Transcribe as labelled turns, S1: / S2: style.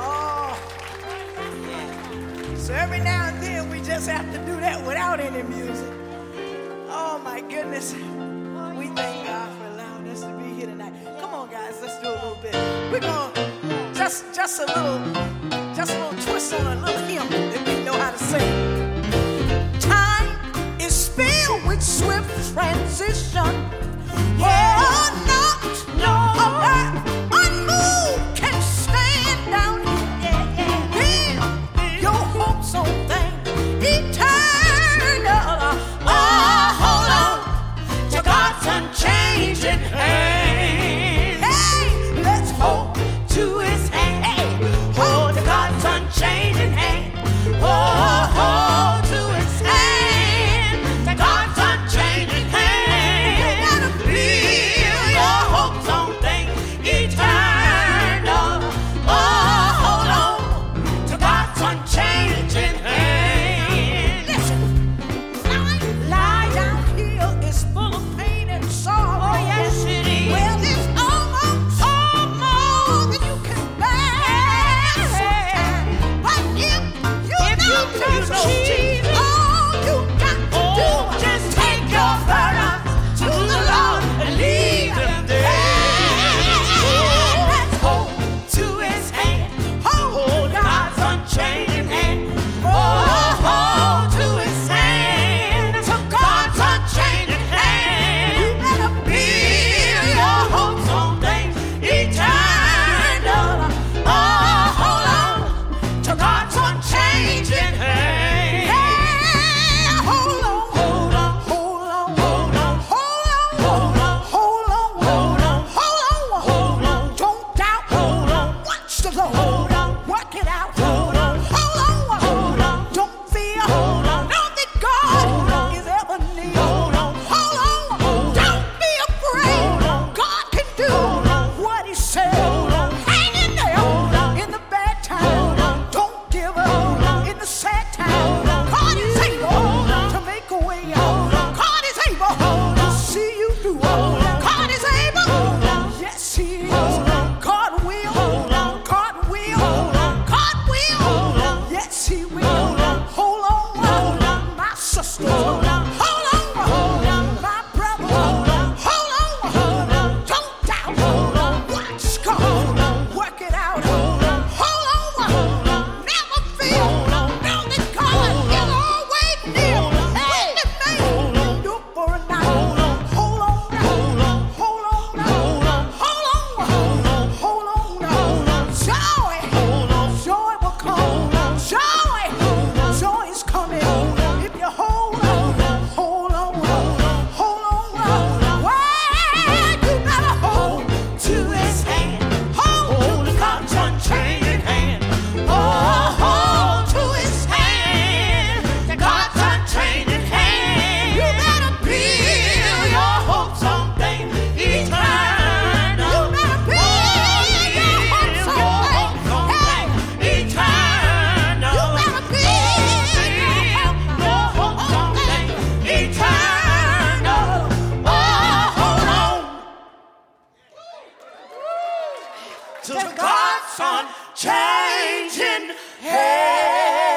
S1: Oh. just have to do that without any music. Oh my goodness. We thank God for allowing us to be here tonight. Come on, guys, let's do a little bit. We're gonna just just a little just a little twist on a little hymn that we know how to sing. Time is spilled with swift transition. Yeah, not no unmoved can stand down here. Build your hopes on things eternal. Oh, hold on to God's unchanging hand. Hey, let's hold to His hand. Hey, hold to God's unchanging hand. Oh, hold to His hand. To God's unchanging hand. Build your hopes on things eternal. Oh, hold on to God's unchanging hand. Listen. Lie down here is full of pain and sorrow. Oh, yes, it is. Well, it's almost, almost than you can bear. sometimes. But if you know Jesus, Oh. all you got to do just take your burden to the Lord and leave him there. Let's hold to his hand. Hold God's unchanging hand. Oh, hold to his hand. To God's unchanging hand. You better build your hopes on things eternal. Oh, hold on to God's unchanging hand. Yeah, hold on, hold on, hold on, hold on, hold on, hold on, hold on, hold on, hold on. Don't doubt, hold on. Watch the Lord, hold on. Work it out, hold on, hold on, hold on. Don't fear, hold on. Know that God is ever near, hold on, hold on. Don't be afraid, God can do what He said. Hang in there in the bad time. Don't give up in the sad time. God is able to make a way out. God is able to see you through. God is able. Yes, He is. God will. God will. God will. Yes, He will. Hold on, my sister. Hold on, my brother. Hold on. Don't doubt. Watch God. Work it out. Hold on. Never fear. Know that God is always near. When it may look for a night. Hold on. Hold on. Hold on. Hold on. Hold on. Joy. Joy will come. Joy. Joy is coming. If you hold on. Hold on. Hold on. Well, you better hold to his hand. Hold to God's unchanging hand. Oh, hold to his hand. To God's unchanging hand. You better build your hopes on things eternal. You better build your hopes on things eternal. You better build your hopes on things eternal. Oh, hold on to God's unchanging hand.